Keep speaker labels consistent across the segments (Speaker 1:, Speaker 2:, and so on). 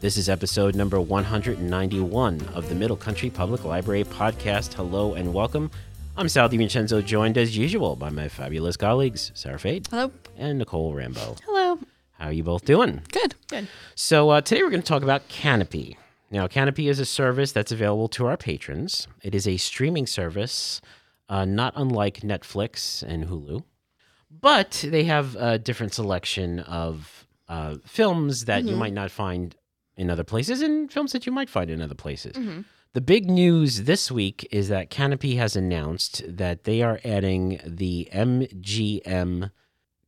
Speaker 1: This is episode number 191 of the Middle Country Public Library podcast. Hello and welcome. I'm Sal DiVincenzo, joined as usual by my fabulous colleagues, Sarah Fade
Speaker 2: Hello.
Speaker 1: and Nicole Rambo.
Speaker 2: Hello.
Speaker 1: How are you both doing?
Speaker 2: Good. Good.
Speaker 1: So uh, today we're going to talk about Canopy. Now, Canopy is a service that's available to our patrons. It is a streaming service, uh, not unlike Netflix and Hulu, but they have a different selection of uh, films that you might not find in other places and films that you might find in other places. The big news this week is that Canopy has announced that they are adding the MGM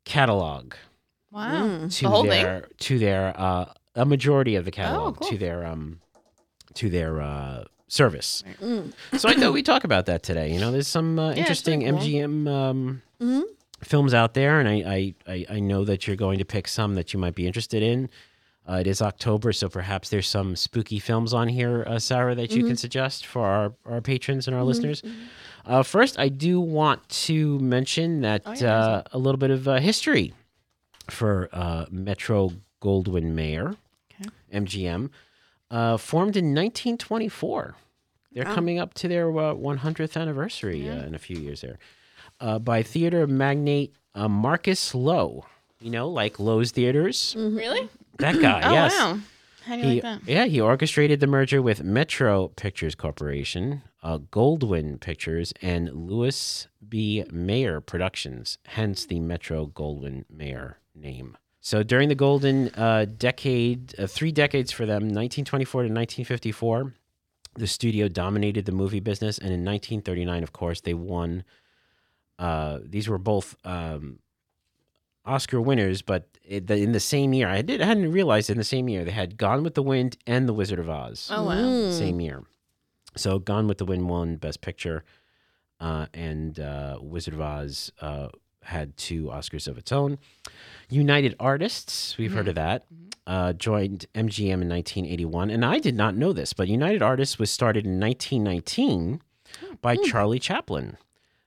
Speaker 1: catalog
Speaker 2: Wow.
Speaker 1: to
Speaker 2: Mm-hmm. The whole thing? Oh,
Speaker 1: their to their uh, a majority of the catalog
Speaker 2: cool.
Speaker 1: to their um to their uh, service.
Speaker 2: Mm.
Speaker 1: So I thought we talk about that today. You know, there's some uh, interesting
Speaker 2: pretty cool.
Speaker 1: MGM um,
Speaker 2: Mm-hmm.
Speaker 1: films out there, and I, I I I know that you're going to pick some that you might be interested in. Uh, it is October, so perhaps there's some spooky films on here, uh, Sarah, that you
Speaker 2: Mm-hmm.
Speaker 1: can suggest for our, our patrons and our listeners. Uh, first, I do want to mention that
Speaker 2: Oh,
Speaker 1: uh, a little bit of uh, history for uh, Metro Goldwyn Mayer, MGM, uh, formed in 1924. They're
Speaker 2: Oh.
Speaker 1: coming up to their uh, 100th anniversary uh, in a few years there. Uh, by theater magnate uh, Marcus Lowe. You know, like Lowe's Theaters.
Speaker 2: Really?
Speaker 1: That guy,
Speaker 2: Mm. Oh
Speaker 1: Uh, yes.
Speaker 2: wow. How do you
Speaker 1: He,
Speaker 2: like that?
Speaker 1: yeah, he orchestrated the merger with Metro Pictures Corporation, uh, Goldwyn Pictures, and Louis B. Mayer Productions, hence the Metro Goldwyn Mayer name. So during the golden uh, decade, uh, three decades for them, 1924 to 1954, the studio dominated the movie business. And in 1939, of course, they won. Uh, these were both um, Oscar winners, but it, the, in the same year, I, did, I hadn't realized in the same year they had Gone with the Wind and The Wizard of Oz.
Speaker 2: Oh wow.
Speaker 1: Same year. So Gone with the Wind won Best Picture, uh, and uh, Wizard of Oz uh, had two Oscars of its own. United Artists, we've heard of that, uh, joined MGM in 1981. And I did not know this, but United Artists was started in 1919 by Charlie Chaplin,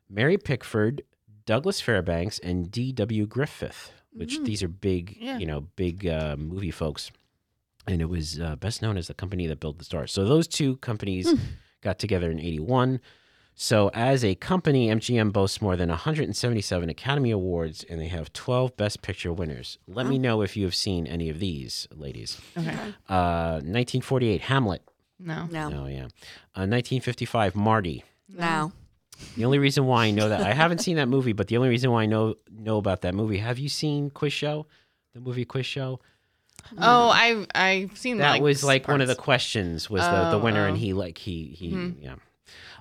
Speaker 1: Mary Pickford, Douglas Fairbanks, and D.W. Griffith, which these are big,
Speaker 2: Yeah.
Speaker 1: you know, big uh, movie folks. And it was uh, best known as the company that built the stars. So those two companies got together in 81. So, as a company, MGM boasts more than 177 Academy Awards and they have 12 Best Picture winners. Let me know if you have seen any of these, ladies.
Speaker 2: Okay.
Speaker 1: Uh, 1948, Hamlet.
Speaker 2: No.
Speaker 3: No.
Speaker 1: Oh, yeah. Uh, 1955, Marty.
Speaker 3: No.
Speaker 1: The only reason why I know that, I haven't seen that movie, but the only reason why I know, know about that movie, have you seen Quiz Show? The movie Quiz Show?
Speaker 2: Oh, I I've seen
Speaker 1: that
Speaker 2: like,
Speaker 1: was like one of the
Speaker 2: parts.
Speaker 1: questions was the, the
Speaker 2: Oh,
Speaker 1: winner
Speaker 2: oh. Mm-hmm.
Speaker 1: and he like he he yeah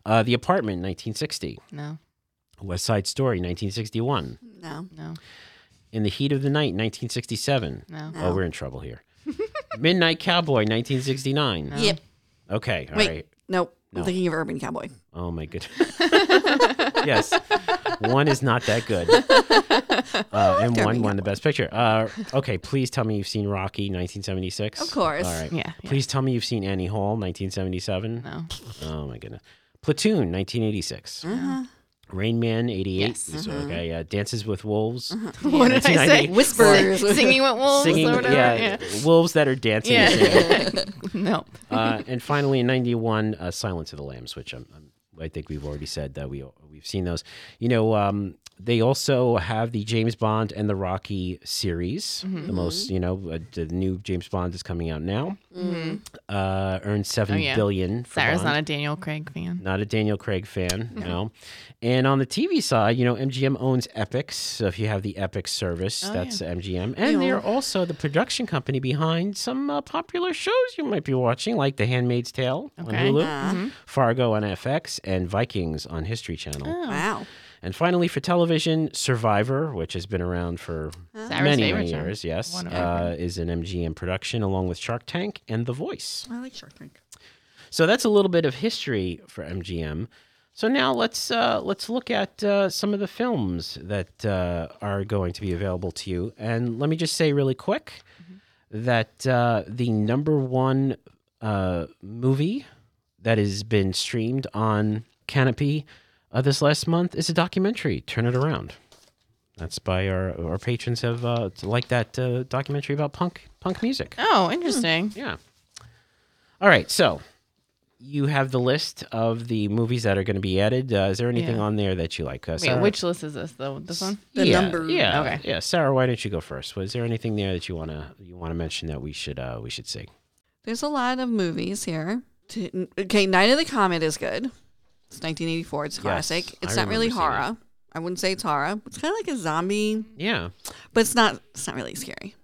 Speaker 1: uh, the apartment 1960
Speaker 2: No.
Speaker 1: west side story 1961
Speaker 3: No.
Speaker 2: No.
Speaker 1: in the heat of the night 1967
Speaker 2: No.
Speaker 1: oh we're in trouble here midnight cowboy 1969
Speaker 2: No.
Speaker 3: Yep.
Speaker 1: okay all right.
Speaker 3: Wait. Nope.
Speaker 1: No.
Speaker 3: I'm thinking of Urban Cowboy.
Speaker 1: oh my goodness yes one is not that good uh, and
Speaker 3: Urban
Speaker 1: one won the best picture uh, okay please tell me you've seen rocky 1976
Speaker 3: Of course.
Speaker 1: all right
Speaker 2: Yeah. yeah.
Speaker 1: Please tell me you've seen Annie Hall, 1977.
Speaker 2: No.
Speaker 1: Oh my goodness. Platoon, 1986.
Speaker 3: Uh-huh.
Speaker 1: Rain Man, 88.
Speaker 2: Yes.
Speaker 1: So, Okay, yeah. Dances with Wolves.
Speaker 2: What did I say?
Speaker 1: 1990.
Speaker 3: Whisperers.
Speaker 2: Sing- Singing with wolves
Speaker 1: Singing,
Speaker 2: or whatever.
Speaker 1: yeah, wolves that are dancing. and
Speaker 2: Yeah.
Speaker 1: singing.
Speaker 2: no.
Speaker 1: uh, and finally, in '91, uh, Silence of the Lambs, which I'm, i I think we've already said that we we've seen those. You know, um, they also have the James Bond and the Rocky series.
Speaker 2: Mm-hmm.
Speaker 1: The most, you know, uh, the new James Bond is coming out now. Uh, earned seven
Speaker 2: Mm-hmm. Oh,
Speaker 1: billion
Speaker 2: yeah.
Speaker 1: for
Speaker 2: Sarah's
Speaker 1: Bond.
Speaker 2: not a Daniel Craig fan.
Speaker 1: Not a Daniel Craig fan, no. And on the TV side, you know, MGM owns Epix. So if you have the Epix service, that's MGM. And they're also the production company behind some uh, popular shows you might be watching, like The Handmaid's Tale on
Speaker 2: Okay.
Speaker 1: Hulu,
Speaker 3: Ah.
Speaker 1: Fargo on FX, and Vikings on History Channel.
Speaker 3: Wow.
Speaker 1: And finally, for television, Survivor, which has been around for
Speaker 2: Sarah's
Speaker 1: many,
Speaker 2: favorite
Speaker 1: many
Speaker 2: show.
Speaker 1: years, yes,
Speaker 2: One of my
Speaker 1: uh, is an MGM production along with Shark Tank and The Voice.
Speaker 3: I like Shark Tank.
Speaker 1: So that's a little bit of history for MGM. So now let's uh, let's look at uh, some of the films that uh, are going to be available to you. And let me just say really quick that uh, the number one uh, movie that has been streamed on Canopy uh, this last month is a documentary, Turn It Around. That's by our our patrons have uh, liked that uh, documentary about punk punk music.
Speaker 2: Oh, interesting.
Speaker 1: Yeah. All right, so you have the list of the movies that are going to be added. Uh, is there anything
Speaker 2: Yeah.
Speaker 1: on there that you like? Uh,
Speaker 2: Wait, which list is this though? This one?
Speaker 3: The
Speaker 1: yeah,
Speaker 3: number-
Speaker 1: Yeah.
Speaker 2: Okay.
Speaker 1: Yeah. Sarah, why don't you go first? Was there anything there that you wanna you wanna mention that we should uh we should see?
Speaker 3: There's a lot of movies here. To- Okay, Night of the Comet is good. It's 1984. It's a
Speaker 1: Yes,
Speaker 3: classic.
Speaker 1: I
Speaker 3: It's not really
Speaker 1: remember seeing it.
Speaker 3: horror. I wouldn't say it's horror. It's kind of like a zombie,
Speaker 1: Yeah.
Speaker 3: but it's not. It's not really scary.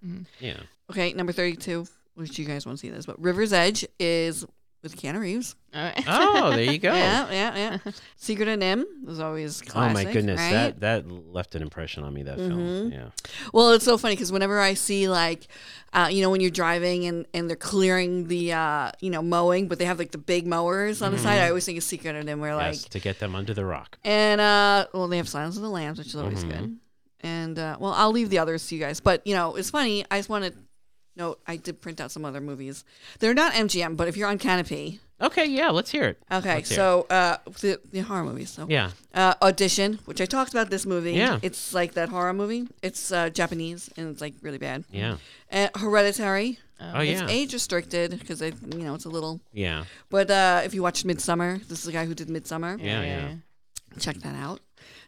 Speaker 1: Yeah.
Speaker 3: Okay, number 32, which you guys won't see this, but River's Edge is with Keanu Reeves.
Speaker 2: All right.
Speaker 1: Oh, there you go.
Speaker 3: Yeah, yeah, yeah. Secret of Nim was always
Speaker 1: Oh
Speaker 3: classic.
Speaker 1: my goodness,
Speaker 3: right?
Speaker 1: that that left an impression on me. That film, yeah,
Speaker 3: Well, it's so funny because whenever I see like, uh, you know, when you're driving and, and they're clearing the, uh, you know, mowing, but they have like the big mowers on the side, I always think it's Secret of Nim. Where like,
Speaker 1: Mm-hmm. yes, to get them under the rock.
Speaker 3: and uh, well, they have Silence of the Lambs, which is always good.
Speaker 1: Mm-hmm.
Speaker 3: And uh, well, I'll leave the others to you guys. But you know, it's funny. I just want to note I did print out some other movies. They're not MGM, but if you're on Canopy,
Speaker 1: Okay, yeah, let's hear it.
Speaker 3: okay.
Speaker 1: Let's hear
Speaker 3: so uh, the, the horror movies. So
Speaker 1: Yeah,
Speaker 3: uh, audition, which I talked about this movie.
Speaker 1: Yeah.
Speaker 3: It's like that horror movie. It's uh, Japanese and it's like really bad.
Speaker 1: yeah.
Speaker 3: Uh, Hereditary.
Speaker 1: Oh yeah,
Speaker 3: It's age restricted because I, you know, it's a little.
Speaker 1: yeah,
Speaker 3: But uh, if you watch Midsummer, this is the guy who did Midsummer.
Speaker 1: yeah, yeah.
Speaker 3: Check that out.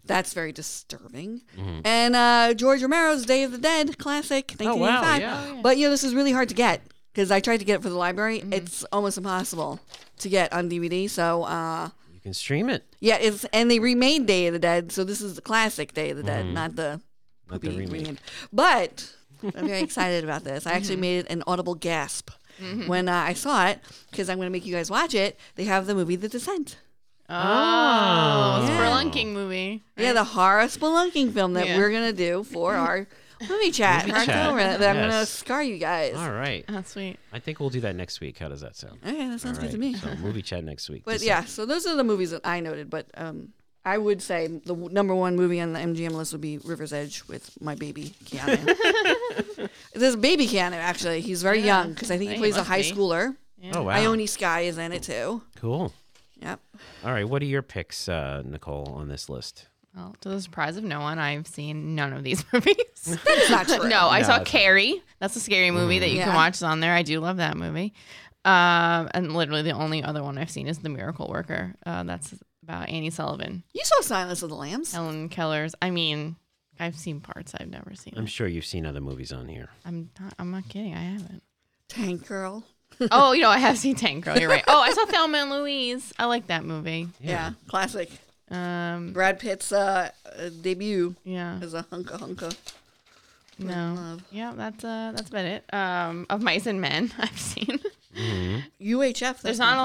Speaker 3: That's very disturbing. And uh, George Romero's Day of the Dead classic,
Speaker 1: Mm-hmm. Oh wow,
Speaker 3: 1985.
Speaker 1: yeah. Mm-hmm.
Speaker 3: But you know, this is really hard to get because I tried to get it for the library. It's almost impossible to get on DVD. So. Uh,
Speaker 1: You can stream it.
Speaker 3: yeah, it's and they remade Day of the Dead, so this is the classic Day of the Dead, not the
Speaker 1: Mm-hmm. Not the
Speaker 3: poopy
Speaker 1: remake.
Speaker 3: remade. But I'm very excited about this. I actually made an audible gasp when uh, I saw it because I'm going to make you guys watch it. They have the movie The Descent.
Speaker 2: Oh,
Speaker 3: Yeah.
Speaker 2: spelunking movie.
Speaker 3: Yeah, the horror spelunking film that
Speaker 2: Yeah.
Speaker 3: we're going to do for our movie chat for
Speaker 1: Movie chat.
Speaker 3: October that I'm going to
Speaker 1: Yes.
Speaker 3: scar you guys.
Speaker 1: All right,
Speaker 2: Oh, sweet.
Speaker 1: I think we'll do that next week. How does that sound?
Speaker 3: Okay, that sounds
Speaker 1: All
Speaker 3: good to
Speaker 1: right,
Speaker 3: me.
Speaker 1: So movie chat next week.
Speaker 3: But
Speaker 1: Decide.
Speaker 3: yeah, so those are the movies that I noted. But um, I would say the w- number one movie on the MGM list would be River's Edge with my baby Keanu. this baby Keanu, actually, he's very
Speaker 2: Yeah.
Speaker 3: young because I think he
Speaker 2: He
Speaker 3: plays a
Speaker 2: must
Speaker 3: high
Speaker 2: be.
Speaker 3: schooler.
Speaker 2: Yeah.
Speaker 1: Oh wow.
Speaker 3: Ione Sky is in it too.
Speaker 1: cool.
Speaker 3: Yep.
Speaker 1: All right, what are your picks, uh, Nicole, on this list?
Speaker 2: Well, to the surprise of no one, I've seen none of these movies.
Speaker 3: It's not true.
Speaker 2: no, I
Speaker 1: No,
Speaker 2: saw
Speaker 1: it's-
Speaker 2: Carrie. That's a scary movie that you
Speaker 3: Yeah.
Speaker 2: can watch It's on there. I do love that movie. Um, and literally the only other one I've seen is The Miracle Worker. Uh, that's about Annie Sullivan,
Speaker 3: You saw Silence of the Lambs.
Speaker 2: Helen Keller's. I mean, I've seen parts I've never seen.
Speaker 1: I'm
Speaker 2: I'm,
Speaker 1: sure you've seen other movies on here.
Speaker 2: I'm not. I'm not kidding. I haven't.
Speaker 3: Tank Girl.
Speaker 2: oh, you know, I have seen Tank Girl. You're right. Oh, I saw Thelma and Louise. I like that movie.
Speaker 3: Yeah. Classic.
Speaker 2: Um,
Speaker 3: Brad Pitt's uh, uh, debut
Speaker 2: yeah.
Speaker 3: as a hunka hunka.
Speaker 2: No.
Speaker 3: love.
Speaker 2: Yeah, that's uh, that's about it. Um, of Mice and Men, I've seen.
Speaker 3: UHF. that's
Speaker 2: There's not
Speaker 3: kinda
Speaker 2: a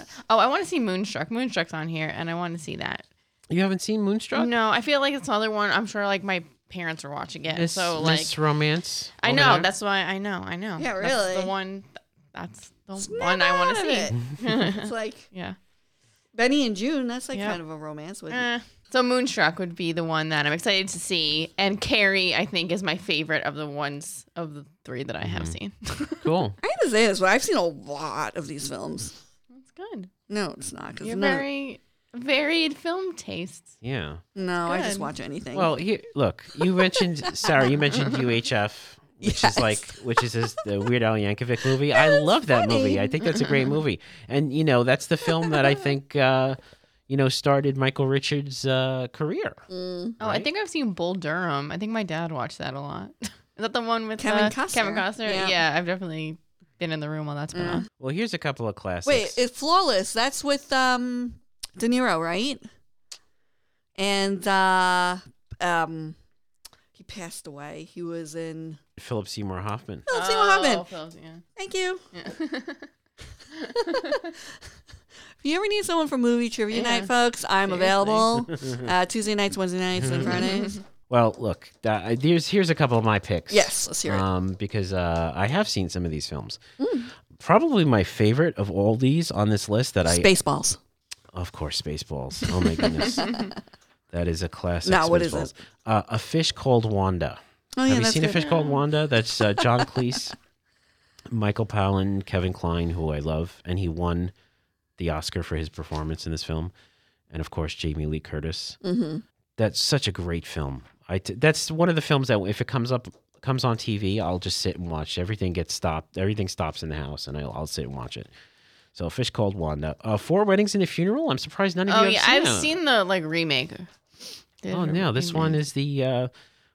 Speaker 2: lot of. Oh, I want to see Moonstruck. Moonstruck's on here, and I want to see that.
Speaker 1: You haven't seen Moonstruck?
Speaker 2: No, I feel like it's another one. I'm sure like my parents are watching it,
Speaker 1: Miss,
Speaker 2: so like
Speaker 1: Miss Romance.
Speaker 2: I
Speaker 1: over
Speaker 2: know
Speaker 1: there?
Speaker 2: that's why I know I know.
Speaker 3: Yeah,
Speaker 2: That's
Speaker 3: really.
Speaker 2: the one. That's the
Speaker 3: Snap
Speaker 2: one I want
Speaker 3: out
Speaker 2: to see.
Speaker 3: of it. it's like
Speaker 2: Yeah.
Speaker 3: Benny and June. That's like
Speaker 2: Yeah.
Speaker 3: kind of a romance with
Speaker 2: Eh. So Moonstruck would be the one that I'm excited to see, and Carrie I think is my favorite of the ones of the three that I
Speaker 1: Mm-hmm.
Speaker 2: have seen.
Speaker 1: cool.
Speaker 3: I have to say this, but I've seen a lot of these films.
Speaker 2: that's good.
Speaker 3: No, it's not. Cause
Speaker 2: You're
Speaker 3: no,
Speaker 2: very varied film tastes.
Speaker 1: Yeah.
Speaker 3: no I just
Speaker 2: good.
Speaker 3: watch anything.
Speaker 1: Well, here, look, you mentioned Sarah. You mentioned UHF, which
Speaker 3: Yes.
Speaker 1: is like, which is his, the Weird Al Yankovic movie. I love that movie. I think that's a great movie, and you know, that's the film that I think, uh, you know, started Michael Richards' uh, career.
Speaker 3: Mm.
Speaker 2: Oh, I
Speaker 1: Right?
Speaker 2: think I've seen Bull Durham. I think my dad watched that a lot. Is that the one with
Speaker 3: Kevin
Speaker 2: uh,
Speaker 3: Costner.
Speaker 2: Kevin Costner.
Speaker 3: Yeah. Mm.
Speaker 2: Yeah. I've definitely been in the room while that's been on.
Speaker 1: Well, here's a couple of classics.
Speaker 3: wait, it's flawless. That's with um, De Niro, right? And uh, um, he passed away. He was in.
Speaker 1: Philip Seymour Hoffman.
Speaker 3: Oh, see what happened.
Speaker 2: Phillips,
Speaker 3: Thank you.
Speaker 2: yeah.
Speaker 3: If you ever need someone for movie trivia
Speaker 2: Yeah.
Speaker 3: night, folks, I'm
Speaker 2: Seriously.
Speaker 3: available. uh, Tuesday nights, Wednesday nights, and Fridays.
Speaker 1: Well, look, uh, here's here's a couple of my picks.
Speaker 3: Yes, let's hear it. Mm.
Speaker 1: um, because uh, I have seen some of these films. Probably my favorite of all these on this list that I,
Speaker 3: Spaceballs.
Speaker 1: of course, Spaceballs. Oh my goodness, that is a classic.
Speaker 3: No, what is
Speaker 1: Spaceballs. Uh, a fish called Wanda.
Speaker 3: Oh yeah,
Speaker 1: have you
Speaker 3: that's
Speaker 1: seen
Speaker 3: good.
Speaker 1: a fish called Wanda? That's uh, John Cleese, Michael Palin, Kevin Kline, who I love, and he won the Oscar for his performance in this film, and of course Jamie Lee Curtis.
Speaker 3: Mhm.
Speaker 1: That's such a great film. I t- that's one of the films that if it comes up comes on TV, I'll just sit and watch. Everything gets stopped. Everything stops in the house, and I'll, I'll sit and watch it. So Fish Called Wanda. Uh, Four Weddings and a Funeral. I'm surprised none of
Speaker 2: Oh
Speaker 1: you have
Speaker 2: yeah,
Speaker 1: seen
Speaker 2: I've
Speaker 1: that.
Speaker 2: seen the like remake. They
Speaker 1: Oh
Speaker 2: did a
Speaker 1: no, this one
Speaker 2: remake.
Speaker 1: is the uh,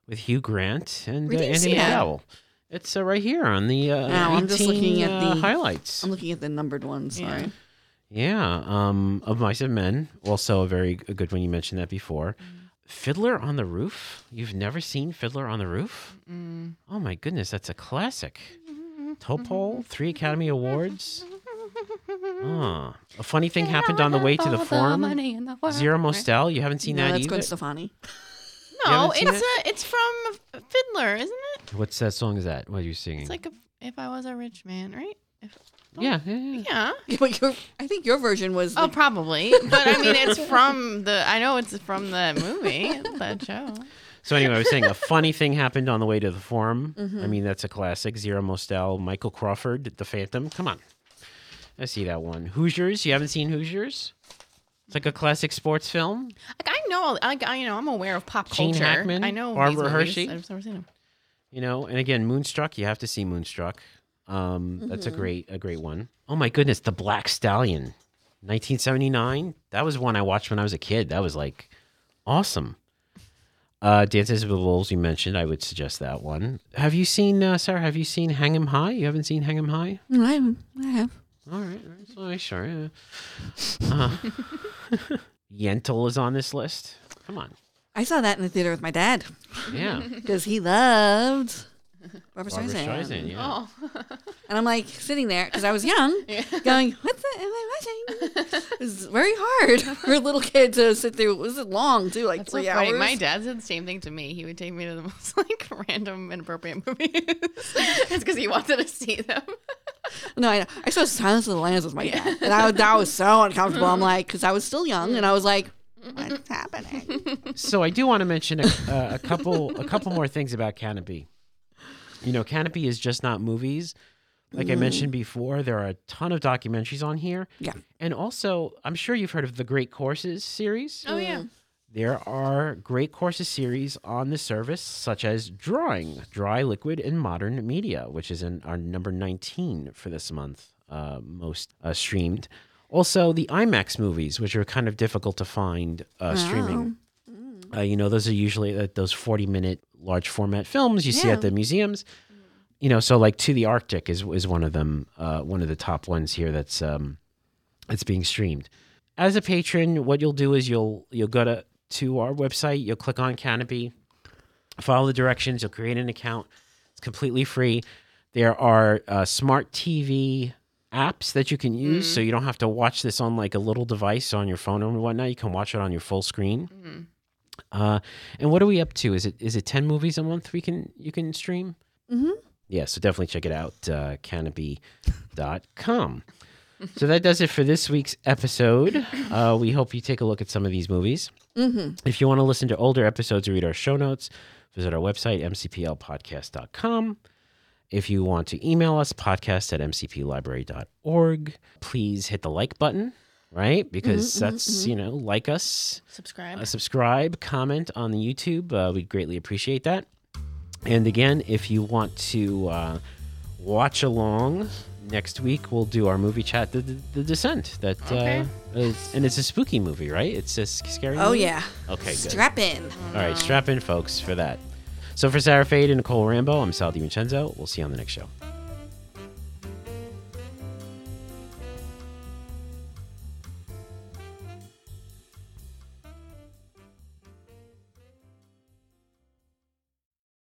Speaker 1: with Hugh Grant and
Speaker 3: We
Speaker 1: uh,
Speaker 3: didn't
Speaker 1: Andy
Speaker 3: see that.
Speaker 1: McDowell. It's uh, right here on the uh,
Speaker 3: Wow, I'm just
Speaker 1: 18,
Speaker 3: looking at
Speaker 1: uh,
Speaker 3: the-
Speaker 1: highlights.
Speaker 3: I'm looking at the numbered ones. Sorry.
Speaker 2: Yeah.
Speaker 1: Yeah, um, of Mice and Men, also a very g- a good one. You mentioned that before. Fiddler on the Roof. You've never seen Fiddler on the Roof?
Speaker 2: Mm.
Speaker 1: Oh my goodness, that's a classic. Topol, three Academy Awards. Ah, a funny thing happened on the way to the forum. Zero Mostel. You haven't seen
Speaker 3: no,
Speaker 1: that
Speaker 3: that's
Speaker 1: either.
Speaker 3: Gwen Stefani.
Speaker 1: You
Speaker 2: No,
Speaker 1: haven't seen
Speaker 2: it's a, it's from Fiddler, isn't it?
Speaker 1: What's that song? Is that what are you singing?
Speaker 2: It's like a, if I was a rich man, right? If,
Speaker 1: yeah, yeah, yeah.
Speaker 2: yeah.
Speaker 3: But your, I think your version was.
Speaker 2: Oh,
Speaker 3: the-
Speaker 2: probably. But I mean, it's from the. I know it's from the movie, that show.
Speaker 1: So anyway, I was saying a funny thing happened on the way to the forum. I mean, that's a classic. Zero Mostel, Michael Crawford, The Phantom. Come on, I see that one. Hoosiers. You haven't seen Hoosiers? It's like a classic sports film.
Speaker 2: Like I know, like I you know, I'm aware of pop
Speaker 1: Gene
Speaker 2: culture.
Speaker 1: Hackman,
Speaker 2: I know
Speaker 1: Barbara
Speaker 2: these movies.
Speaker 1: Hershey.
Speaker 2: I've never seen them.
Speaker 1: You know, and again, Moonstruck. You have to see Moonstruck. Um, That's a great, a great one. Oh my goodness, The Black Stallion, 1979. That was one I watched when I was a kid. That was like awesome. Uh, Dances with Wolves. You mentioned. I would suggest that one. Have you seen uh, Sarah? Have you seen Hang 'Em High? You haven't seen Hang 'Em High?
Speaker 3: No, I, haven't. I have.
Speaker 1: All right, all right. So I sure. Yeah. Uh, Yentl is on this list. Come on.
Speaker 3: I saw that in the theater with my dad
Speaker 1: Yeah.
Speaker 3: because he loved
Speaker 1: Barbra
Speaker 3: Barbara Streisand.
Speaker 1: Streisand, yeah.
Speaker 2: Oh.
Speaker 3: And I'm like sitting there because I was young, going, "What the am I watching?" It was very hard for a little kid to sit through. It was long too, like
Speaker 2: That's so
Speaker 3: three
Speaker 2: funny.
Speaker 3: hours.
Speaker 2: My dad said the same thing to me. He would take me to the most like random inappropriate movies. it's because he wanted to see them.
Speaker 3: No, I know. I saw Silence of the Lambs with my dad, and I, was- that was so uncomfortable. I'm like, because I was still young, and I was like, "What's happening?"
Speaker 1: so I do want to mention a, uh, a couple a couple more things about Canopy. You know, Canopy is just not movies. Like I mentioned before, there are a ton of documentaries on here.
Speaker 3: Yeah.
Speaker 1: And also, I'm sure you've heard of the Great Courses series.
Speaker 2: Oh yeah.
Speaker 1: There are great courses series on the service, such as Drawing, Dry, Liquid, and Modern Media, which is in our number 19 for this month, uh, most uh, streamed. Also, the IMAX movies, which are kind of difficult to find uh, streaming. Uh, you know, those are usually uh, those 40 minute large format films you see
Speaker 3: Yeah.
Speaker 1: at the museums. You know, so like To the Arctic is, is one of them, uh, one of the top ones here that's um, it's being streamed. As a patron, what you'll do is you'll you'll go to to our website, you'll click on Canopy, follow the directions, you'll create an account. It's completely free. There are uh, smart TV apps that you can use, so you don't have to watch this on like a little device on your phone or whatnot. You can watch it on your full screen. Uh, and what are we up to? Is it is it ten movies a month we can you can stream?
Speaker 3: Mhm.
Speaker 1: Yeah, so definitely check it out. Uh, canopy.com. so that does it for this week's episode. Uh, we hope you take a look at some of these movies.
Speaker 3: Mm-hmm.
Speaker 1: If you want to listen to older episodes or read our show notes, visit our website, mcplpodcast.com. If you want to email us, podcast at mcplibrary.org, please hit the like button, right? Because that's, you know, like us,
Speaker 2: Subscribe.
Speaker 1: uh, subscribe, comment on the YouTube. Uh, we'd greatly appreciate that. And again, if you want to uh, watch along next week, we'll do our movie chat, The, the, the Descent. That
Speaker 2: Okay.
Speaker 1: uh, is, and it's a spooky movie, right? It's a s- scary.
Speaker 3: Oh
Speaker 1: movie?
Speaker 3: yeah,
Speaker 1: Okay, good.
Speaker 3: strap in.
Speaker 1: All right, strap in, folks, for that. So for Sarah Fade and Nicole Rambo, I'm Sal DiVincenzo. We'll see you on the next show.